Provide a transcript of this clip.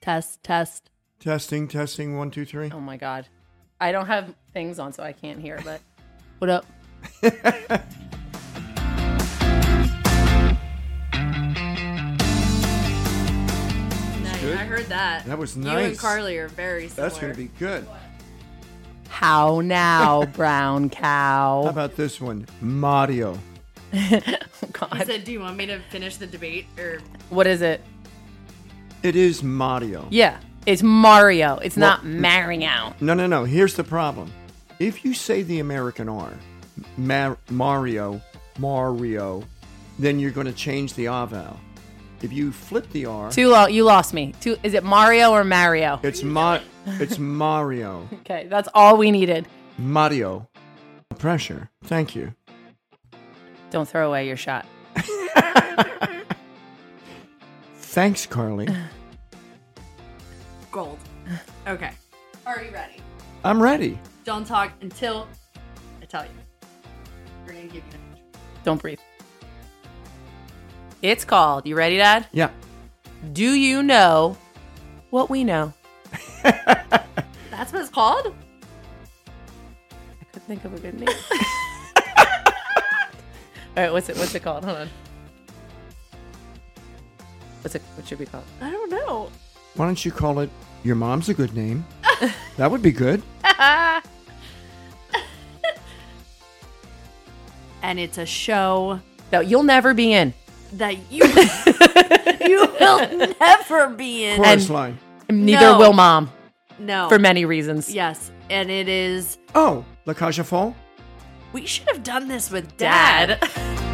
Test, test. Testing, testing, one, two, three. Oh my God. I don't have things on, so I can't hear, but what up? Nice. good. I heard that. That was You and nice. Carly are very similar. That's going to be good. How now, brown How cow? about this one? Mario. Oh He God. said, "Do you want me to finish the debate?" Or What is it? It is Mario. Yeah, it's Mario. It's Well, not Mario. No, no, no. Here's the problem. If you say the American R, Mar- Mario, Mario, then you're going to change the R vowel. If you flip the R, Too long. You lost me. Too. Is it Mario or Mario? it's Ma- it's Mario, Okay, that's all we needed. Mario. Pressure. Thank you. Don't throw away your shot. Thanks, Carly. gold. Okay. Are you ready? I'm ready. Don't talk until I tell you. We're gonna give you. an answer. Don't breathe. It's called. You ready, Dad? Yeah. Do you know what we know? That's what it's called. I couldn't think of a good name. all right, what's it? What's it called? Hold on. What's it? What should we call it? I don't know. Why don't you call it Your Mom's a Good Name? that would be good. And it's a show That you'll never be in. that you you will never be in. Chorus line. Neither No. will Mom no. for many reasons. Yes, and it is. Oh, La Cage aux Folles? We should have done this with Dad. Dad.